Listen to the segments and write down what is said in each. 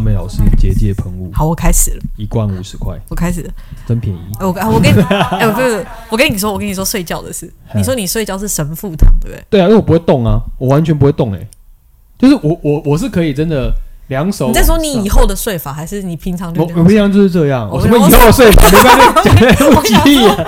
美老师结界喷雾，好，我开始了，一罐五十块，我开始了。真便宜。哎我啊我跟你， 哎、不是，我跟你说，我跟你说睡觉的事。嗯你说你睡觉是神父躺，对不对？对啊，因为我不会动啊，我完全不会动哎、就是我我我是可以真的两手。你在说你以哦后的睡法，还是你平常就啊我这我样？平常就是这样，我我什么以后 睡法，没关系，讲得不吉利啊，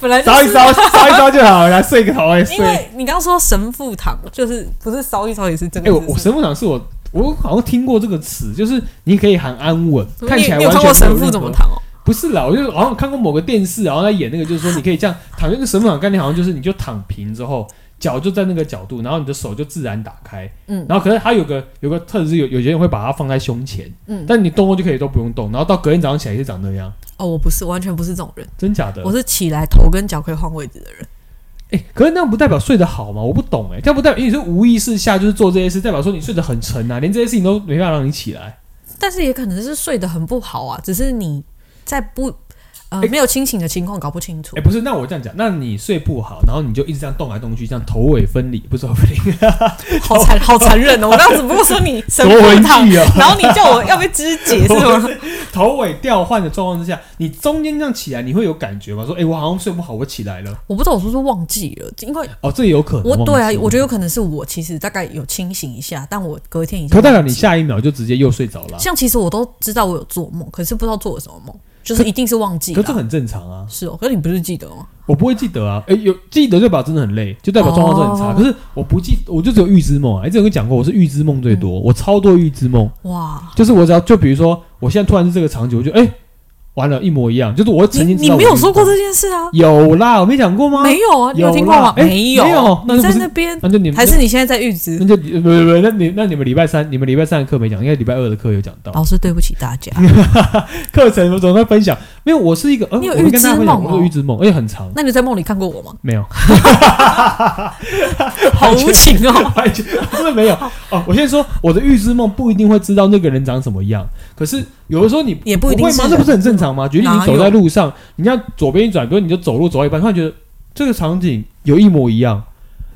本来就烧一是， 烧，烧一烧就好了，来睡个头哎、因睡。为你刚刚说神父躺，就是不是烧一烧也是真哎、的是。我我神父长是我我好像听过这个词，就是你可以喊安稳，你看起来你有完全看没有过神父任怎么何躺哦？不是啦，我就是好像看过某个电视，然后在演那个，就是说你可以这样躺，那个神父躺概念好像就是你就躺平之后，脚就在那个角度，然后你的手就自然打开，嗯然后可是它有个有个特质是有有些人会把它放在胸前，嗯，但你动过就可以都不用动，然后到隔天早上起来也是长那样，哦，我不是，完全不是这种人，真假的我？是起来头跟脚可以换位置的人。哎、可是那样不代表睡得好吗？我不懂哎、这样不代表因为你是无意识下就是做这些事，代表说你睡得很沉啊，连这些事情都没办法让你起来。但是也可能是睡得很不好啊，只是你在不呃、哎没有清醒的情况搞不清楚。哎、不是，那我这样讲，那你睡不好，然后你就一直这样动来动去，这样头尾分离，不是头尾分离，好 残好残忍哦！我刚刚只不过说你神多父文躺，气啊！然后你叫我要被肢解是吗？头尾调换的状况之下，你中间这样起来，你会有感觉吗？说，哎、我好像睡不好，我起来了。我不知道我是不是忘记了，因为哦，这也有可能。我对啊，我得觉得有可能是我其实大概有清醒一下，但我隔天已经可代表你忘记下一秒就直接又睡着了啊、像其实我都知道我有做梦，可是不知道做了什么梦，就是一定是忘记可这了。很正常啊，是哦，可是你不是记得吗？我不会记得啊。哎、有记得就代表真的很累，就代表状况真的很差。哦可是我不记，我就只有预知梦啊。哎、这有跟你讲过，我是预知梦最多，嗯我超多预知梦，哇，就是我只要就比如说，我现在突然是这个场景，我就哎、完了，一模一样。就是我你曾经你知道没我有遇说过到这件事啊？有啦，我没讲过吗？没有啊，你有有听过吗啦？哎有，没有那你就不在是嗯那边那就你们还是你现在在预知那？就不不不，那你那你们礼拜三，你们礼拜三的课没讲，应该礼拜二的课有讲到。老师，对不起大家。嗯课程我总在分享，没有，我是一个，呃、你有我没跟大家分享预知梦哦我有预知梦，而且很长，那你在梦里看过我 吗？没有，好无情哦！完全真的没有。哦，我先说，我的预知梦不一定会知道那个人长什么样，可是有的时候你也不一定会是嗯吗？那不是很正常吗？举例你哪有走在路上，你像左边一转，比如你就走路走到一半，突然觉得这个场景有一模一样，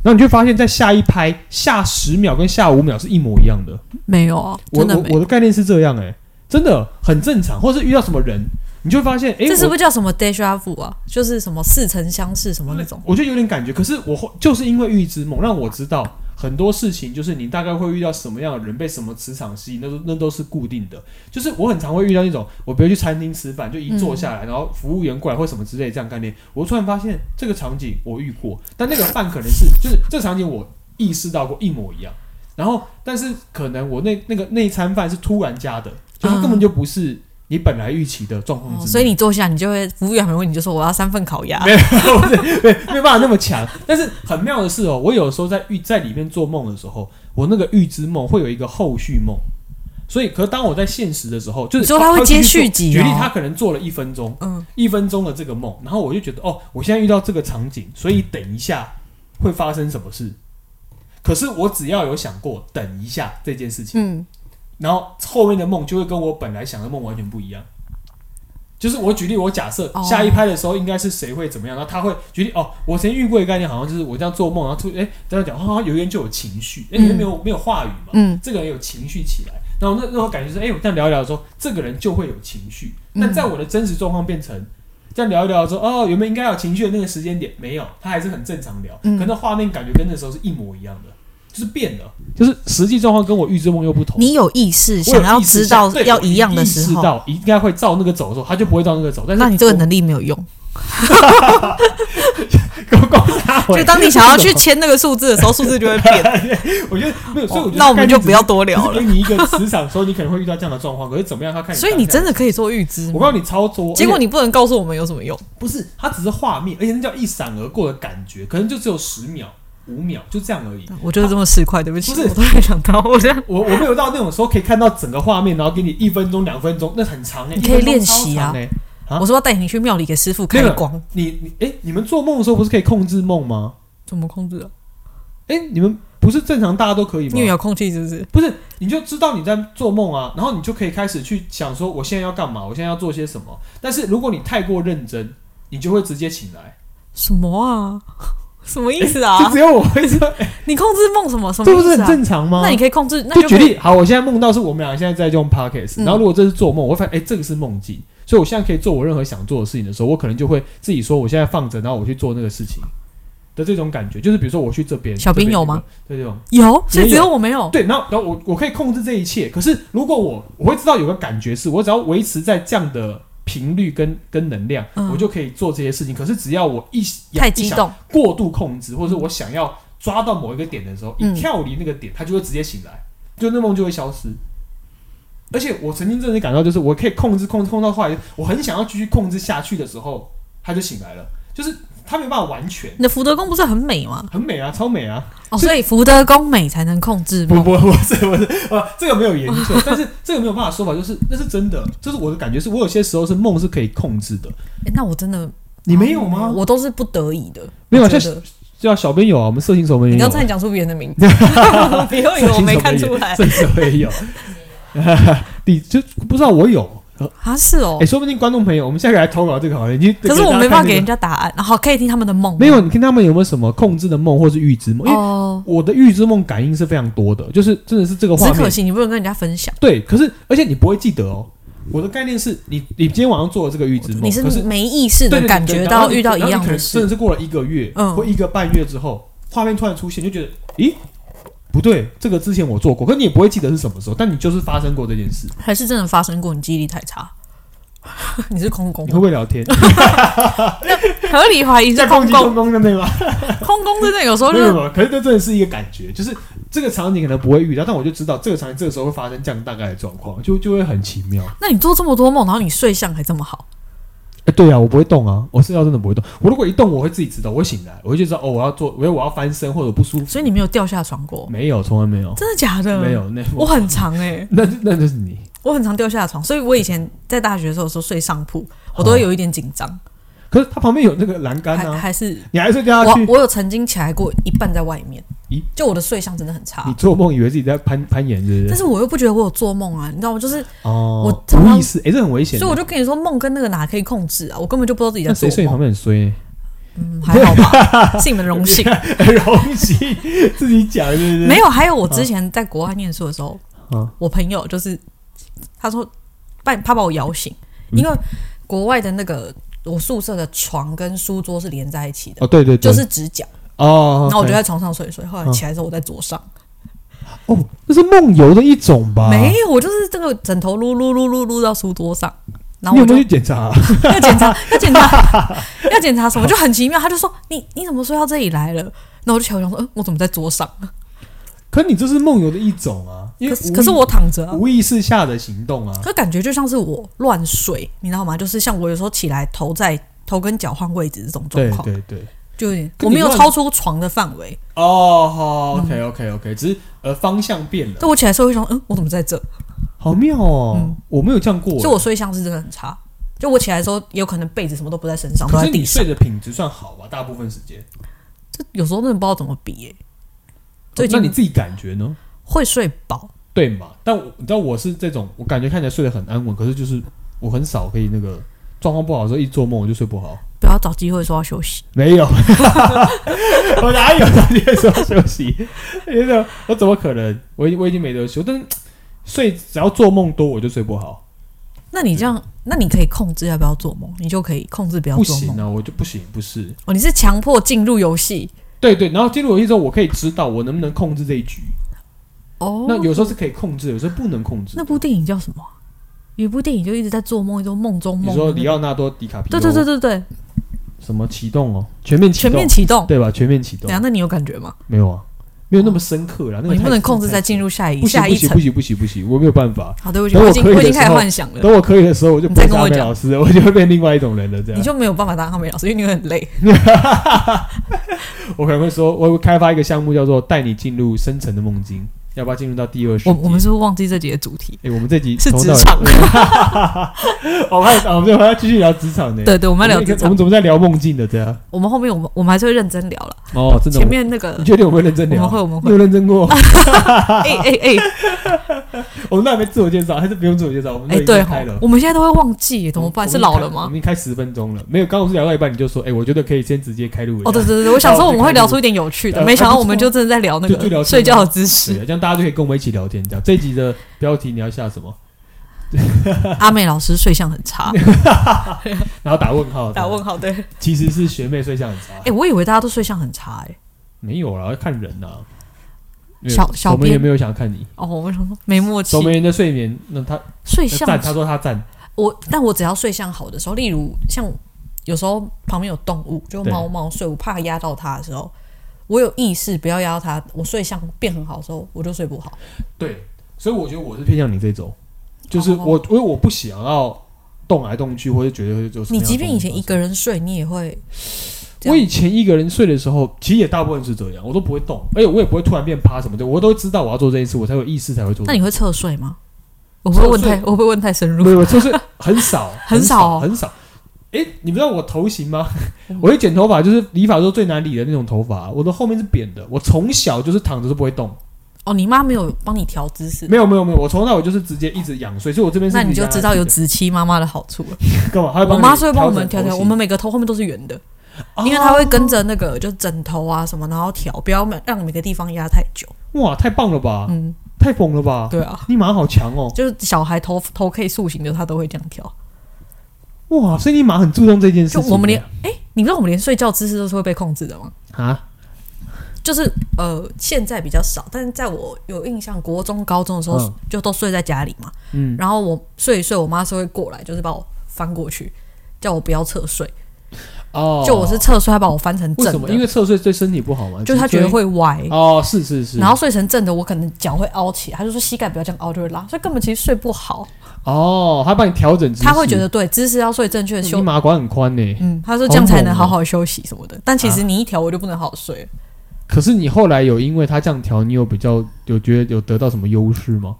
然后你就发现，在下一拍、下十秒跟下五秒是一模一样的。 没有啊，我真的我没我有。的概念是这样、欸，哎，真的很正常，或是遇到什么人，你就会发现，哎、这是我不是叫什么 deja vu 啊？就是什么似曾相识什么那种。我就有点感觉。可是我后就是因为预知梦，让我知道很多事情，就是你大概会遇到什么样的人，被什么磁场吸引，那都那都是固定的。就是我很常会遇到那种，我比如去餐厅吃饭，就一坐下来，嗯然后服务员过来或什么之类这样概念，我突然发现这个场景我遇过，但那个饭可能是就是这场景我意识到过一模一样。然后，但是可能我那那个那一餐饭是突然加的，就是根本就不是你本来预期的状况之内、嗯哦，所以你坐下，你就会服务员还没问你就说我要三份烤鸭没。有，不是 没没有办法那么强。但是很妙的是哦，我有时候在预在里面做梦的时候，我那个预知梦会有一个后续梦。所以，可当我在现实的时候，就是你说它会继续接续做集哦举例，他可能做了一分钟，嗯，一分钟的这个梦，然后我就觉得哦，我现在遇到这个场景，所以等一下会发生什么事。可是我只要有想过等一下这件事情，嗯，然后后面的梦就会跟我本来想的梦完全不一样。就是我举例，我假设哦下一拍的时候应该是谁会怎么样，然后他会举例哦，我曾经遇过一个概念，好像就是我这样做梦，然后突哎这样讲，哈、哈，有一个人就有情绪，哎，嗯你们没有、没有话语嘛，嗯，这个人有情绪起来，然后那那种感觉是，哎，我这样聊一聊的时候，这个人就会有情绪，嗯但在我的真实状况变成。这样聊一聊说哦，原本应该有情绪的那个时间点没有，他还是很正常聊，嗯可那画面感觉跟那时候是一模一样的，就是变了，就是实际状况跟我预知梦又不同。你有意识想要知道要一样的时知候，道应该会照那个走的时候，他就不会照那个走。但是那你这个能力没有用。我，我告诉他， 就当你想要去签那个数字的时候，数字就会变。我觉得没有，所以我觉得哦那我们就不要多概念聊只是 了。给你一个磁场，说你可能会遇到这样的状况，可是怎么样，他看你。所以你真，的可以做预知我告吗？诉你超作，结果而且你不能告诉我们有什么用。不是，它只是画面，而且那叫一闪而过的感觉，可能就只有十秒、五秒，就这样而已。 我就是这么市侩，对不起，不是我突然想到，我这样我我没有到那种说可以看到整个画面，然后给你一分钟、两分钟，那很长哎、你可以练习啊一分钟超长欸啊我说要带你去庙里给师傅开没有光，你你哎、你们做梦的时候不是可以控制梦吗？怎么控制啊？哎、你们不是正常大家都可以吗？你有遥控器是不是？不是，你就知道你在做梦啊，然后你就可以开始去想说，我现在要干嘛，我现在要做些什么。但是如果你太过认真，你就会直接醒来。什么啊？ 什么意思就 啊只？有我会这样，你控制梦什么什么这不是意思很啊？正常吗？那你可以控制，那就就举可以例，好，我现在梦到是我们俩现在在用 podcast，、嗯然后如果这是做梦，我会发现，哎、这个是梦境，所以我现在可以做我任何想做的事情的时候，我可能就会自己说，我现在放着，然后我去做那个事情的这种感觉，就是比如说我去这边，小这边兵有吗？对这种，有，所以也只有有我没有。对，然后然后我我可以控制这一切，可是如果我我会知道有个感觉是，我只要维持在这样的频率跟跟能量，嗯我就可以做这些事情。可是只要我一太一激想动，过度控制，或者是我想要抓到某一个点的时候，嗯一跳离那个点，它就会直接醒来，就那梦就会消失。而且我曾经真的感到，就是我可以控制控制控制到后来，我很想要继续控制下去的时候，它就醒来了，就是它没办法完全，你的福德宫不是很美吗？很美啊，超美啊！哦，所所以福德宫美才能控制不梦。不不是不是呃，这个没有研究， 但是这个没有办法说法，就是那是真的，就是我的感觉是，我有些时候是梦是可以控制的，诶那我真的嗯你没有吗？哦我都是不得已的。没有我觉这得叫小编有啊，我们色情守门你员有刚啊，才讲出别人的名 字，不要以为我没看出来色情守门员有， 你就不知道我有，啊，是哦哎、。说不定观众朋友，我们现在来投稿这个好了，已经可是我没办法给人家、家答案，然后可以听他们的梦吗。啊没有，你听他们有没有什么控制的梦或是预知梦？因为哦，我的预知梦感应是非常多的，就是真的是这个画只面可惜你不能跟人家分享。对，可是而且你不会记得哦。我的概念是你，你今天晚上做了这个预知梦，你是哦可是没意识对的对感对觉对然后到你遇到一然后你样可的能真事的，是过了一个月、嗯或一个半月之后，画面突然出现，就觉得咦，不对，这个之前我做过，可是你也不会记得是什么时候，但你就是发生过这件事。还是真的发生过？你记忆力太差， 你是空宫你会，不会聊天？哦合理怀疑是攻空 击空。宫空的对吗？空宫真的有时候没就有是没有，可是这真的是一个感觉，就是这个场景可能不会遇到，但我就知道这个场景这个时候会发生这样大概的状况，就就会很奇妙。那你做这么多梦，然后你睡相还这么好，哎、对啊，我不会动啊，我睡觉真的不会动。我如果一动，我会自己知道，我会醒来，我会就知道哦，我要做，我要我要翻身或者我不舒服。所以你没有掉下床过？没有，从来没有，真的假的？没。有那我我很常哎、那那就是你我很常掉下床，所以我以前在大学的时候说睡上铺，我都会有一点紧张，可是它旁边有那个栏杆还啊，还是你还是掉下我去。我有曾经起来过一半在外面咦，就我的睡相真的很差你，做梦以为自己在攀攀岩，是不但是？是我又不觉得我有做梦啊，你知道吗？就是，哦，我常常无意识，哎、这很危险所以的。我就跟你说梦跟那个哪可以控制啊，我根本就不知道自己那在谁睡做你旁梦，边很衰、 嗯，还好 吧，是你们的荣幸。很荣幸自己讲，对不对？没有，还有我之前在国外念书的时候，啊我朋友就是他说把他把我摇醒，嗯因为国外的那个我宿舍的床跟书桌是连在一起的，哦，对对对，就是直角。哦，嗯然后我就 OK 在床上睡一睡，后来起来之后我在桌上，哦，这是梦游的一种吧？没有，我就是这个枕头撸撸撸撸撸到书桌上，然你后有没我就有去检查 啊、要检查要检查要检查什么，就很奇妙。他就说你你怎么睡到这里来了？然后我就起来，我想说，嗯，我怎么在桌上？可你这是梦游的一种啊，因为可是无意可是我躺着啊，无意识下的行动啊。可感觉就像是我乱睡，你知道吗？就是像我有时候起来头在头跟脚换位置这种状对况，嗯对对，就有点可我你没有乱超出床的范围，哦，好，OK OK OK，只是呃方向变了，但我起来的时候会想，嗯嗯，我怎么在这？好妙哦，嗯我没有这样过。所以我睡相是真的很差。就我起来的时候，也有可能被子什么都不在身上，都可在是地你上睡。的品质算好吧？大部分时间，这有时候真的不知道怎么比、欸，最哦那你近自己感觉呢？会睡饱，对嘛？但我你知道我是这种，我感觉看起来睡得很安稳，可是就是我很少可以那个状况不好的时候一做梦我就睡不好。不要找机会说要休息。没有， 我哪有找你说休息？ 真的，我怎么可能？我已我已经没得休，但是睡只要做梦多，我就睡不好。那你这样，那你可以控制要不要做梦，你就可以控制不要不做行梦。啊，我就不行，不是。哦，你是强迫进入游戏对对，然后进入游戏之后，我可以知道我能不能控制这一局。哦。那有时候是可以控制，有时候不能控制那。部电影叫什么啊？有一部电影就一直在做梦，一直梦中你梦。说里奥纳多·迪卡皮对欧，对对对对，什么启动哦？全面启全动，面启动。对吧？全面启动等一，下，那你有感觉吗？没有啊，没有那么深刻啦。那个哦你不太能控制再进入下一不行下不一行层不。行不行不行，我没有办法。好，对不起，等我我已经可以我已的经时开始候幻想了，等我可以的时候，我就不会你再跟当我美讲老师了，我就会变另外一种人了。这样 你，就没有办法当康美老师，因为你会很累。我可能会说，我会开发一个项目叫做“带你进入深层的梦境”，要不要进入到第二十集？我我们是不是忘记这集的主题？哎、我们这集是从头到职 场尾我们还我们还要继续聊职场呢。对对，我我们要聊职一个我场们。怎么在聊梦境的？对啊，我们后面我们我们还是会认真聊了。哦，真的，前面 那个你确定我们会认真聊？我们会我们会你有认真过？哎哎哎我们那还没自我介绍，还是不用自我介绍？我们都已哎，经对开吼了，。我们现在都会忘记耶，怎么我办？们是老了我吗？们开十分钟了，没有。刚刚我是聊到一半，你就说，哎、我觉得可以先直接开录一下。哦，对对对，我想说我们会聊出一点有 趣的，没想到呃我们就真的在聊那就就聊天个睡觉的姿势。对，这样大家就可以跟我们一起聊天。这样，这一集的标题你要下什么？啊阿美老师睡相很 差，然后打问号，打这样问号对。其实是学妹睡相很差。哎，我以为大家都睡相很差哎。没有啦，要看人呐、没有小小守门员编没有想要看你，哦，我想说没默契守。门员的睡眠，那他睡他相赞，他说他赞，我，但我只要睡相好的时候，例如像有时候旁边有动物，就对猫猫睡，我怕压到它的时候，我有意识不要压到它，我睡相变很好的时候，我就睡不好。对，所以我觉得我是偏向你这种，就是哦我、因为我不想要动来动去，或者觉得就是你即便以前一个人睡，你也会这我样以前一个人睡的时候，其实也大部分是这样，我都不会动，而且我也不会突然变趴什么的，我都知道我要做这一次，我才有意识才会做。那你会侧睡吗？我会问太，侧睡我会问太深没入。有，就是很 少，很少嗯少，哦很少。哎、你不知道我头型 吗？我一剪头发就是理发都最难理的那种头发，我的后面是扁的。我从小就是躺着是不会动，哦，你妈没有帮你调姿势，没有没有没有，我从小我就是直接一直仰睡，所以我这边是嗯那你就压知道有直子期妈妈的好处了。的干嘛？她会我帮妈你是会帮我们调整调，头我型们每个头后面都是圆的，哦因为她会跟着那个就是枕头啊什么，然后调，不要每让每个地方压太久。哇，太棒了吧，嗯，太疯了吧，对啊，你马好强哦，就是小孩头头可以塑形的，她都会这样调。哇，所以你马很注重这件事就情耶，我们连哎、你知道我们连睡觉姿势都是会被控制的吗？啊，就是呃，现在比较少，但是在我有印象，国中、高中的时候、嗯就都睡在家里嘛。嗯，然后我睡一睡，我妈是会过来，就是把我翻过去，叫我不要侧睡。哦，就我是侧睡，她把我翻成为什正么？的，因为侧睡对身体不好嘛，就是她脊椎觉得会歪。哦，是是是，然后睡成正的，我可能脚会凹起来，她就说膝盖不要这样凹，就会拉，所以根本其实睡不好。哦，他帮你调整姿势，她会觉得对姿势要睡正确，你休马管很宽呢，嗯，她说这样才能好猛哦啊好好休息什么的。但其实你一调我就不能好好睡了，可是你后来有因为他这样调，你有比较有觉得有得到什么优势吗？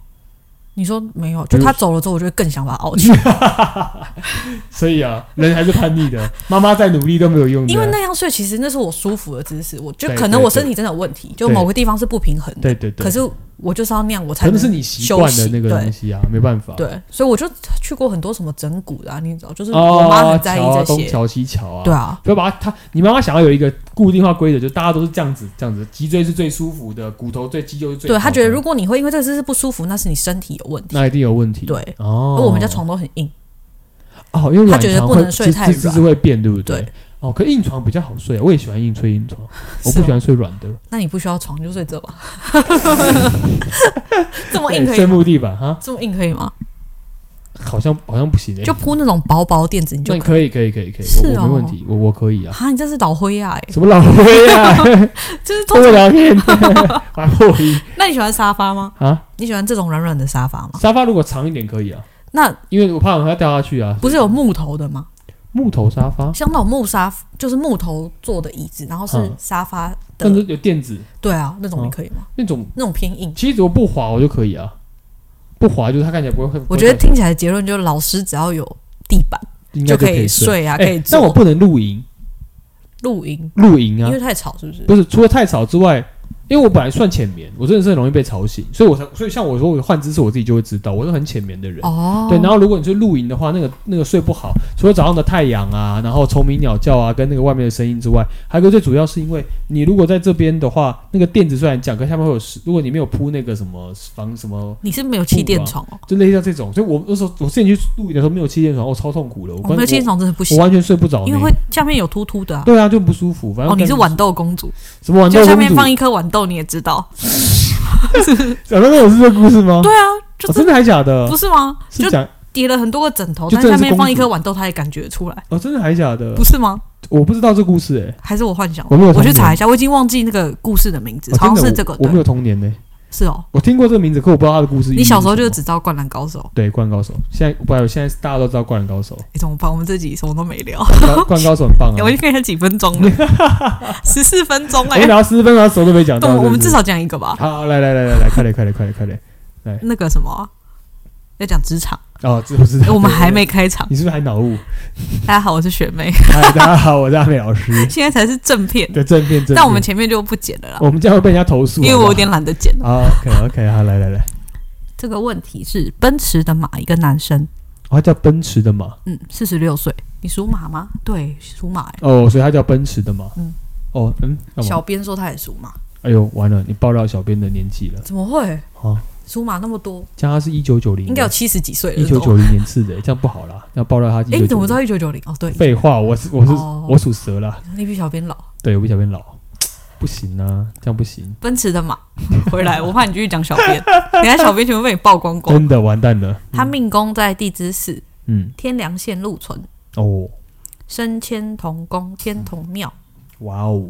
你说没有，比就如他走了之后，我就会更想把它 凹起啊来，所以啊，人还是叛逆 的，妈妈再努力都没有用的。因为那样睡其实那是我舒服的姿势，我就对可能我身体真的有问题，就对某个地方是不平衡的，对对对，可是我就是要那样，我才可能是能你习惯的那个休息东西啊，没办法。对，所以我就去过很多什么整骨的啊，你知道，就是哦，我妈很在意桥啊这东些，桥西桥啊，对啊，不要把它，它你妈妈想要有一个固定化规则，就大家都是这样子，这样子，脊椎是最舒服的，骨头最肌肉是最好对的。她觉得如果你会因为这个姿势不舒服，那是你身体有问题，那一定有问题。对，因哦为，我们家床都很硬，哦，因为她觉得软床不能会睡姿太姿势软会变，对不对？对哦，可硬床比较好睡啊，我也喜欢硬睡硬 床，我是不哦吗喜欢睡软的，那你不需要床你就睡这吧，这么硬可睡以吗？木地板哈，这么硬可以吗？好像好像不行哎、就铺那种薄薄垫子你就那可以。可以可以可以可以，是我我没哦问题，我我可以 啊。啊，你真是老灰啊、 欸！什么老灰啊，就是 通跟我常，聊 天， 把破衣那你喜欢沙发吗？啊，你喜欢这种软软的沙发吗？沙发如果长一点可以啊，那因为我怕它掉下去啊。不是有木头的吗？木头沙发，像那种木沙，就是木头做的椅子，然后是嗯沙发的，但是有垫子对啊，那种哦你可以吗？那种，那种偏硬。其实我不滑我就可以啊，不滑就是它看起来不会很。我觉得不会听起来结论就是，老师只要有地板应该可以以。睡啊，可以哎，但我坐不能露营，露营，露营啊因为，太吵，是不是？不是除了太吵之外，因为我本来算浅眠，我真的是很容易被吵醒，所以我才所以像我说我换姿势，我自己就会知道我是很浅眠的人。哦，对，然后如果你去露营的话，那个那个睡不好，除了早上的太阳啊，然后虫鸣鸟叫啊，跟那个外面的声音之外，还有一个最主要是因为你如果在这边的话，那个垫子虽然讲，可下面会有石，如果你没有铺那个什么防什么，你是没有气垫床哦，就类似像这种，所以我那时候我之前去露营的时候没有气垫床，我、超痛苦的，我我哦没有气垫我床真的不我行，完全睡不着呢，因为会下面有凸凸的啊。哦对啊就不舒服，反正哦，你是跟豌豆公主，什么豌豆就下公面主？哦放一颗豌豆，你 也知道。豌豆公主是这个故事吗？对啊，就哦是真的还假的不？是吗？就是讲叠了很多个枕头，就但真的下是面放公一主颗豌豆，他也感觉得出来，哦，真的还假的不？是吗？我不知道这故事哎、还是我幻想？我没有我去童年查一下，我已经忘记那个故事的名字，哦好像真的是这个。我我没对，有童年呢、欸是哦，我听过这个名字，可我不知道他的故事。你小时候就只知道《灌篮高手》对《灌篮高手》，现在不，现在大家都知道《灌篮高 手诶，怎么办？我们这集什么都没聊，》， 《灌篮高手》很棒啊！诶我已经看了几分钟了， 十四分钟我哎、们聊十分钟，什么都没讲那到。我我们是至不是少讲一个吧。好，来来来来来，快点快点快点快点！那个什么啊，要讲职场，哦，知不知诶道？ 我们还没开场。 你是不是还脑雾？大家好，我是雪妹，嗨，大家好，我是阿美老 师现在才是正片，的正片正片。但我们前面就不剪了啦，我们这样会被人家投诉，因为我有好点懒得剪不。好。啊，OK OK，好，来来来，哦这个问题是奔驰的马，一个男生，哦，他叫奔驰的马嗯，四十六岁，你属马吗？对，属马、欸。哦，所以他叫奔驰的马。嗯，哦，嗯，那小我编说他也属马，哎呦，完了，你爆料小编的年纪了怎么会？啊！属马那么多，加他是一九九零，应该有七十几岁了。一九九零年次的，这 样不好啦，要爆料他。哎、你怎么知道？一九九零？哦，对，废话，我是我是哦我属蛇啦，你比小编老。对我比小编老，不行啊，这样不行，奔驰的 马回来，我怕你继续讲小编，等下小编全部被你曝光光。真的完蛋了。他命宫在地支四，嗯，天良县禄存，哦，升迁同宫，天同庙。哇哦，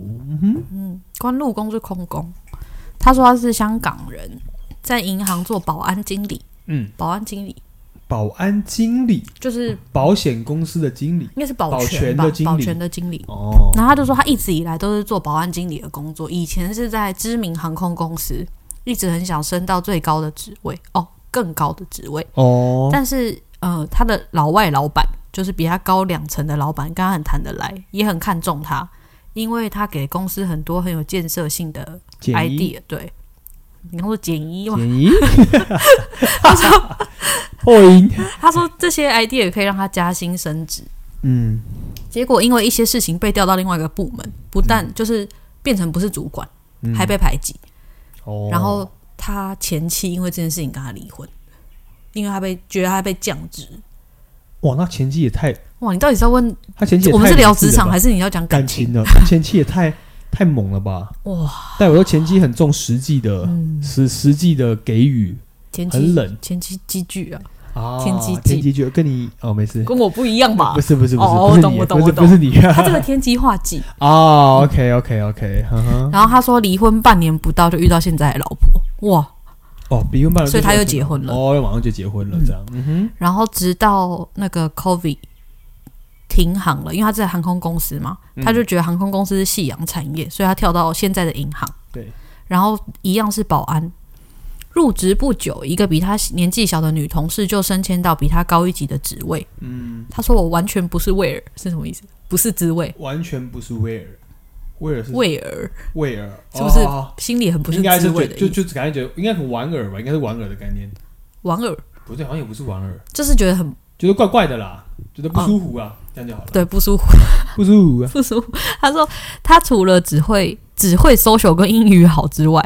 嗯，官禄宫是空宫。他说他是香港人，在银行做保安经理。嗯，保安经理保安经理，就是保险公司的经理。应该是保保全全吧的经理，保全的经理。哦，然后他就说，他一直以来都是做保安经理的工作，以前是在知名航空公司，一直很想升到最高的职位哦，更高的职位。哦，但是呃，他的老外老板就是比他高两层的老板，跟他很谈得来，也很看重他，因为他给公司很多很有建设性的简易， idea。对，你刚说简一嘛？简易， 破音，他说这些 idea 可以让他加薪升职，嗯，结果因为一些事情被调到另外一个部门，不但就是变成不是主管，嗯还被排挤。哦，然后他前妻因为这件事情跟他离婚，因为他被觉得他被降职。哇，那前期也太，哇，你到底是要问他前期也我们太是聊理智了职场吧还是你要讲感感情了？他前期也太 太猛了吧？哇，但我说前期很重实际的，嗯，实实际的给予，前很妻冷前妻积聚啊，啊，天机天机就跟你哦，没事，跟我不一样吧不？是不是不是，哦不是我懂你我懂不是我懂不是你啊他 这个天机化忌。哦，OK OK OK，哈哈，然后他说离婚半年不到就遇到现在的老婆，哇！哦，离婚办了，所以他又结婚了哦，又马上就结婚了，这样，嗯哼，然后直到那个 COVID 停航了，因为他在航空公司嘛，嗯他就觉得航空公司是夕阳产业，所以他跳到现在的银行。对，然后一样是保安。入职不久，一个比他年纪小的女同事就升迁到比他高一级的职位。嗯，他说：“我完全不是威尔，是什么意思？不是职位，完全不是威尔，威尔是威尔威尔，是不是哦心里很不嗯应该职是位对，的就意思。就只感觉觉得应该很玩耳吧，应该是玩耳的概念，玩尔不对，好像也不是玩耳，就是觉得很觉得怪怪的啦，觉得不舒服啊，这样就好了，对不舒服，不舒服啊，不舒服。” 他说：“他除了只会只会 social 跟英语好之外，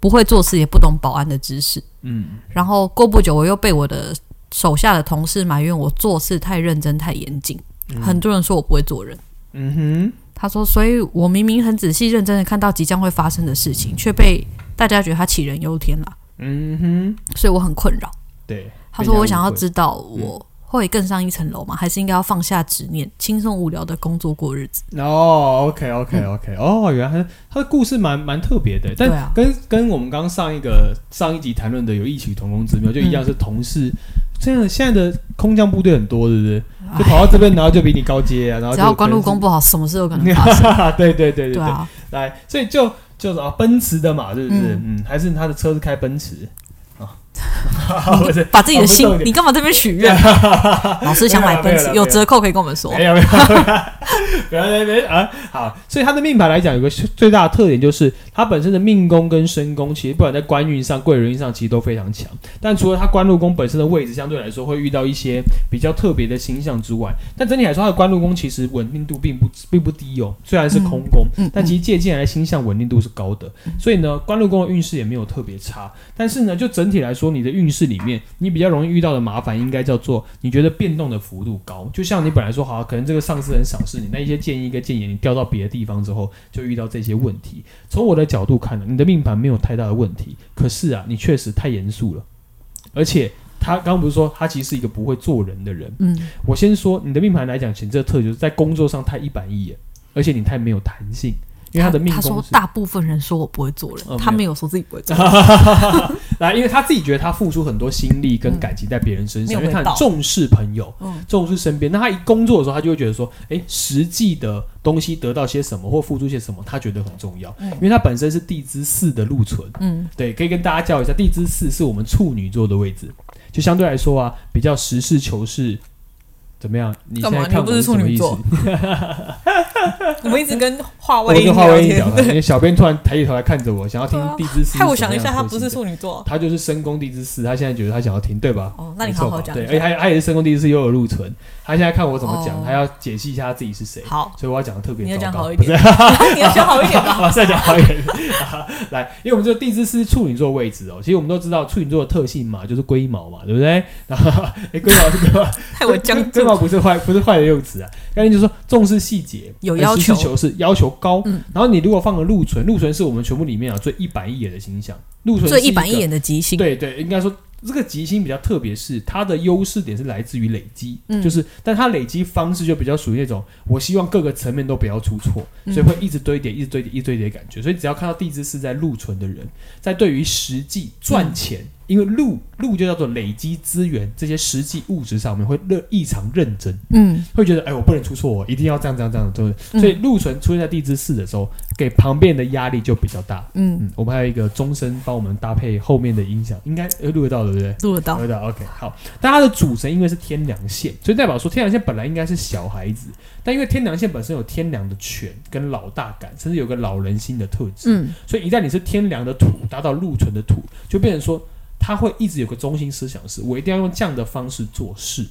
不会做事，也不懂保安的知识。嗯，然后过不久，我又被我的手下的同事埋怨我做事太认真、太严谨。嗯很多人说我不会做人。”嗯哼，他说：“所以我明明很仔细、认真的看到即将会发生的事情，却被大家觉得他杞人忧天了，嗯哼，所以我很困扰。”对，他说：“我想要被人家误会知道我会更上一层楼吗？还是应该要放下执念，轻松无聊的工作过日子哦，OK OK OK，哦，原来他他的故事蛮蛮特别的，嗯对啊但跟跟我们刚刚上一个上一集谈论的有异曲同工之妙，就一嗯样是同事。这样现在的空降部队很多，对不对？就跑到这边，然后就比你高阶啊，然后？”哎只就要官路可工能不好，什么事都可能是发生。 对对对对对对，啊，来，所以就就是啊，奔驰的嘛，是不是？嗯，还是他的车是开奔驰 啊？ 不是，把自己的心哦不是重，点你干嘛这边许愿？ 老师想买奔没有啦驰，没有啦哎有折扣可以跟我们说。没有没有，没有没有没有啊！好，所以他的命盘来讲，有个最大的特点就是，他本身的命宫跟身宫，其实不管在官运上、贵人运上，其实都非常强。但除了他官禄宫本身的位置相对来说会遇到一些比较特别的星象之外，但整体来说，他的官禄宫其实稳定度并不并不低哦。虽然是空宫，嗯，但嗯其实借鉴来的星象稳定度是高的，所以呢，官禄宫的运势也没有特别差。但是呢，就整体来说，你的运势里面，你比较容易遇到的麻烦，应该叫做你觉得变动的幅度高。就像你本来说好，可能这个上司很赏识你，那一些建议跟建言，你调到别的地方之后，就遇到这些问题。从我的角度看呢，你的命盘没有太大的问题，可是啊，你确实太严肃了，而且。他刚刚不是说他其实是一个不会做人的人，嗯，我先说你的命盘来讲，其实这个特质就是在工作上太一板一眼，而且你太没有弹性。因为他的命他宫说是大部分人说我不会做人，哦他没没有说自己不会 做人。来，因为他自己觉得他付出很多心力跟嗯感情在别人身没上，有因为他回报很重视朋友，嗯重视身边。那他一工作的时候，他就会觉得说，哎、实际的东西得到些什么或付出些什么，他觉得很重要，嗯因为他本身是地支四的禄存。嗯对，可以跟大家教一下，地支四是我们处女座的位置，就相对来说啊，比较实事求是。怎么样？你现干嘛在看你我不是是什么处女意思座？我们一直跟话我外音跟华聊为一天聊， 了，因为小编突然抬起头来看着我，想要听对啊地支四。害我想一下，他不是，处女座。他就是申宫地支四，他现在觉得他想要听，对吧？哦，那你没错好吧好讲对，一而且下。他他也是申宫地支又有禄存，他现在看我怎么讲，哦他要解析一下他自己是谁，好，所以我要讲的特别你要糟讲糕好一不是点， 你要讲好一点吧。 马上讲好一点。来，因为我们这个地支是处女座位置哦，其实我们都知道处女座的特性嘛，就是龟毛嘛，对不对？然后，哎，龟毛是龟毛，害我僵龟住。毛不是坏，不是坏的用词啊。概念就是说重视细节，有要实事求求是，要求高。嗯然后你如果放个禄存，禄存是我们全部里面啊最一板一眼的形象，禄存最是一板个一眼的即兴，对对，应该说这个吉星比较特别，是它的优势点是来自于累积，嗯就是但它累积方式就比较属于那种我希望各个层面都不要出错，嗯所以会一直堆叠、一直堆叠、一直堆叠的感觉。所以只要看到地支是在禄存的人，在对于实际赚钱，嗯因为禄禄就叫做累积资源这些实际物质上面会乐异常认真，嗯，会觉得哎我不能出错，我一定要这样这样这样的，就是嗯所以禄存出现在地支四的时候，给旁边的压力就比较大。嗯，嗯，我们还有一个钟声帮我们搭配后面的音响，应该呃录得到对不对？录得到录，得到，OK，好。但它的主神因为是天良线，所以代表说天良线本来应该是小孩子，但因为天良线本身有天良的权跟老大感，甚至有个老人心的特质，嗯所以一旦你是天良的土搭到禄存的土，就变成说他会一直有个中心思想是，我一定要用这样的方式做事。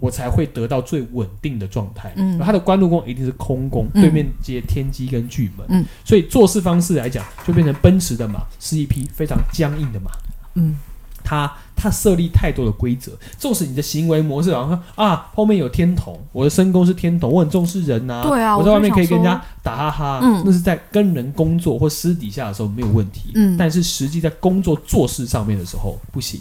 我才会得到最稳定的状态。嗯然后他的官禄宫一定是空宫，嗯对面接天机跟巨门，嗯所以做事方式来讲，就变成奔驰的马是一匹非常僵硬的马。嗯，他他设立太多的规则，纵使你的行为模式好像啊，后面有天同，我的身宫是天同，我很重视人呐、对啊我在外我就面可以跟人想家打哈哈，嗯那是在跟人工作或私底下的时候没有问题，嗯但是实际在工作做事上面的时候不行，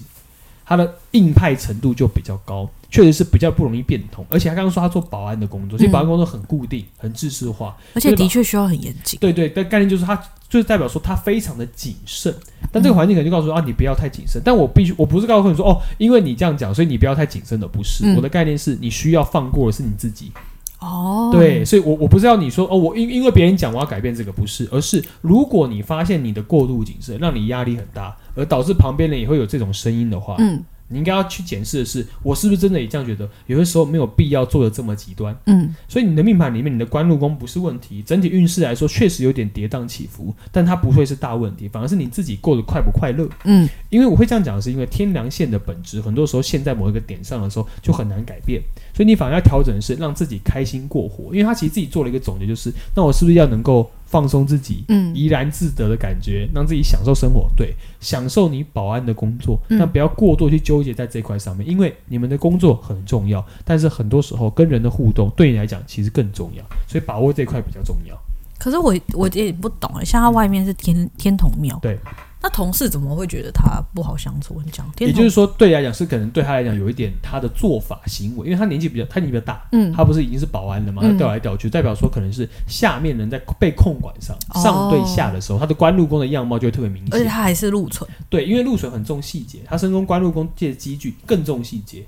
他的硬派程度就比较高，确实是比较不容易变通，而且他刚刚说他做保安的工作，其实嗯保安工作很固定，很制式化，而且的确需要很严谨，对对，但概念就是它就是代表说它非常的谨慎，但嗯这个环境可能就告诉说、啊，你不要太谨慎。但我必须，我不是告诉你说哦，因为你这样讲，所以你不要太谨慎的，不是。嗯我的概念是你需要放过的是你自己，哦，对，，所以我我不是要你说哦，我因因为别人讲我要改变这个，不是，而是如果你发现你的过度谨慎让你压力很大，而导致旁边人也会有这种声音的话，嗯你应该要去检视的是，我是不是真的也这样觉得？有些时候没有必要做的这么极端。嗯所以你的命盘里面，你的官禄宫不是问题，整体运势来说确实有点跌宕起伏，但它不会是大问题，反而是你自己过得快不快乐。嗯因为我会这样讲，是因为天梁线的本质，很多时候陷在某一个点上的时候就很难改变，所以你反而要调整的是让自己开心过活。因为他其实自己做了一个总结，就是那我是不是要能够放松自己，嗯怡然自得的感觉，让自己享受生活，对，享受你保安的工作，嗯但不要过度去纠结在这一块上面，因为你们的工作很重要，但是很多时候跟人的互动对你来讲其实更重要，所以把握这一块比较重要。可是我我有点不懂哎，像他外面是天天童庙，对，那同事怎么会觉得他不好相处？你讲天也童，就是说，对你来讲是可能对他来讲有一点他的做法行为，因为他年纪比较他年纪比较大。嗯他不是已经是保安了吗？嗯他调来调去，代表说可能是下面人在被控管上，哦上对下的时候，他的官禄宫的样貌就会特别明而且显。他还是禄存，对，因为禄水很重细节，他深宫官禄宫借机具更重细节。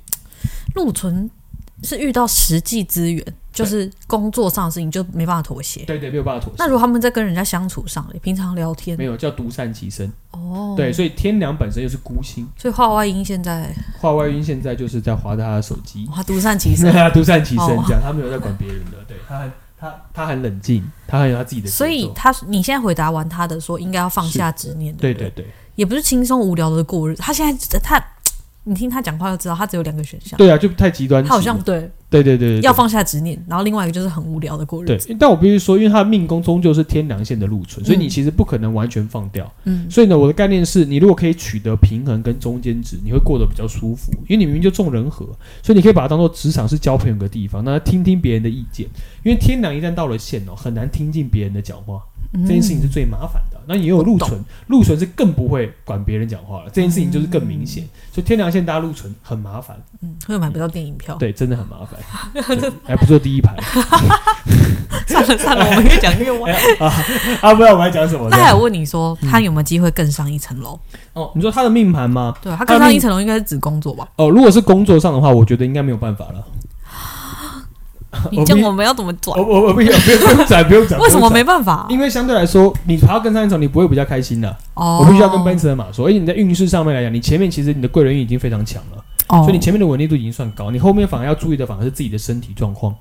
禄存是遇到实际资源，就是工作上的事情就没办法妥协。对对，没有办法妥协。那如果他们在跟人家相处上嘞，平常聊天没有叫独善其身，哦，对，，所以天良本身又是孤星，所以画外音现在画外音现在就是在划着他的手机，哇独善其身， 独善其身哦这样，他没有在管别人的，对他很他他很冷静，他很有他自己的节奏，所以他你现在回答完他的说应该要放下执念，对不对对也不是轻松无聊的过日子。他现在他，你听他讲话就知道，他只有两个选项，对啊，就太极端他了，好像对对对对对要对放下执念，然后另外一个就是很无聊的过日对子。，但我必须说，因为他的命宫终究是天良线的禄存，所以你其实不可能完全放掉。嗯所以呢，我的概念是你如果可以取得平衡跟中间值，你会过得比较舒服，因为你明明就重人和，所以你可以把它当做职场是交朋友的地方，那听听别人的意见，因为天良一旦到了线哦，很难听进别人的讲话，嗯这件事情是最麻烦的。那也有陆纯，陆纯是更不会管别人讲话了，这件事情就是更明显。所以天良县搭陆纯很麻烦，嗯，会买不到电影票。对，真的很麻烦，对还不坐第一排 算了算了，我们越讲越歪。啊！不然哎我们还嗯讲什么呢那？还有问你说，他有没有机会更上一层楼？哦，你说他的命盘吗？对啊他更上一层楼应该是指工作吧？哦，如果是工作上的话，我觉得应该没有办法了。你我叫不我们要怎么转我？哦我我不用不用不用转不 用转，为什么不用没办法转？？因为相对来说，你爬到更上一层，你不会比较开心的。哦，我必须要跟奔驰的马说，而且哎你在运势上面来讲，你前面其实你的贵人运已经非常强了。哦，所以你前面的稳定度已经算高，你后面反而要注意的反而是自己的身体状况。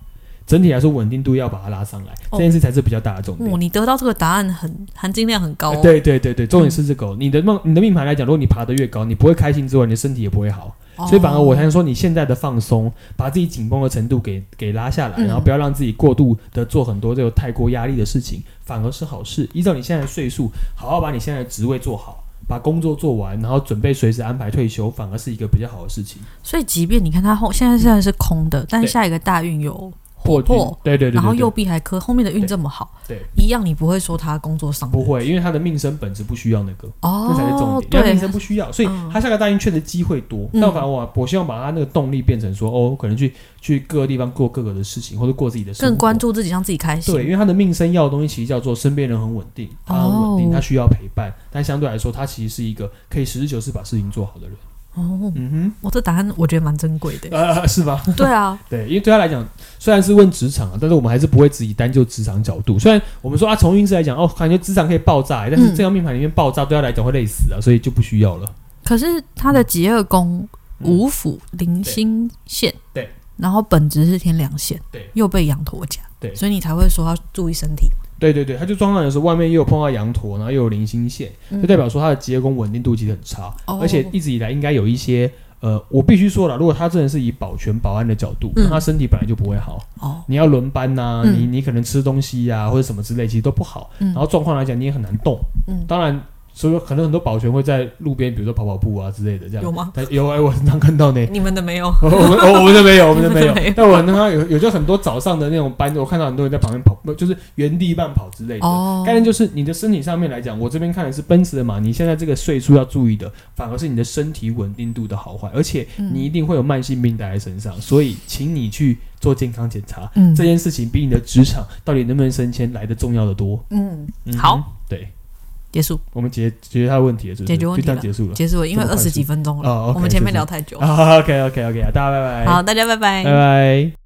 整体来说，稳定度要把它拉上来，哦这件事才是比较大的重点。哦，你得到这个答案很含金量很高哦。呃对对对对，重点是这个哦。你的梦，你的命盘来讲，如果你爬得越高，你不会开心之外，你的身体也不会好。哦，所以反而我才说，你现在的放松，把自己紧绷的程度给给拉下来，嗯然后不要让自己过度的做很多这个太过压力的事情，反而是好事。依照你现在的岁数，好好把你现在的职位做好，把工作做完，然后准备随时安排退休，反而是一个比较好的事情。所以即便你看他后现在虽然是空的，但是对下一个大运有破火军破，对对对对对，然后右臂还磕，后面的运这么好，对对一样你不会说他工作上的不会，因为他的命生本质不需要那个，哦，这才是重点。因为他命对生不需要，所以嗯他下个大运券的机会多。嗯但反而我我希望把他那个动力变成说，哦，可能去去各个地方过各个的事情，或者过自己的生活。更关注自己，让自己开心。对，因为他的命生要的东西其实叫做身边人很稳定，他很稳定，哦他需要陪伴，但相对来说，他其实是一个可以十之九四把事情做好 的人。哦，嗯我这答案我觉得蛮珍贵的哼，。呃，是吧？ 对啊，对，因为对他来讲，虽然是问职场啊，但是我们还是不会只以单就职场角度。虽然我们说啊，从运势来讲，哦，感觉职场可以爆炸，但是嗯这张命盘里面爆炸对他来讲会累死啊，所以就不需要了。可是他的极恶宫嗯五府零星线，对，然后本质是天良线，对又被羊驼夹，对所以你才会说要注意身体。对对对，他就撞上的时候，外面又有碰到羊驼，然后又有零星线，嗯就代表说他的结业宫稳定度其实很差，哦而且一直以来应该有一些。呃，我必须说了，如果他真的是以保全保安的角度，嗯那他身体本来就不会好。哦，你要轮班呐、嗯你你可能吃东西呀、或者什么之类，其实都不好。嗯然后状况来讲，你也很难动。嗯当然，所以说可能很多保全会在路边，比如说跑跑步啊之类的，这样有吗？但有哎、我经常看到呢。你们的没有，我我我我们这没有，我们这没我们这没有有。但我刚刚有有就很多早上的那种班，我看到很多人在旁边跑，不就是原地慢跑之类的。哦概念就是你的身体上面来讲，我这边看的是奔驰的马，你现在这个岁数要注意的，反而是你的身体稳定度的好坏，而且你一定会有慢性病带在身上，所以请你去做健康检查。嗯这件事情比你的职场到底能不能升迁来的重要的多。嗯，嗯哼好，对结束我们解解决他的问题了，是不是解决问题就这了样结束了。结束了，因为这么二快速十几分钟了，哦，OK，我们前面是聊不太久。是啊，OK OK OK，大家拜拜，好，大家拜拜拜拜。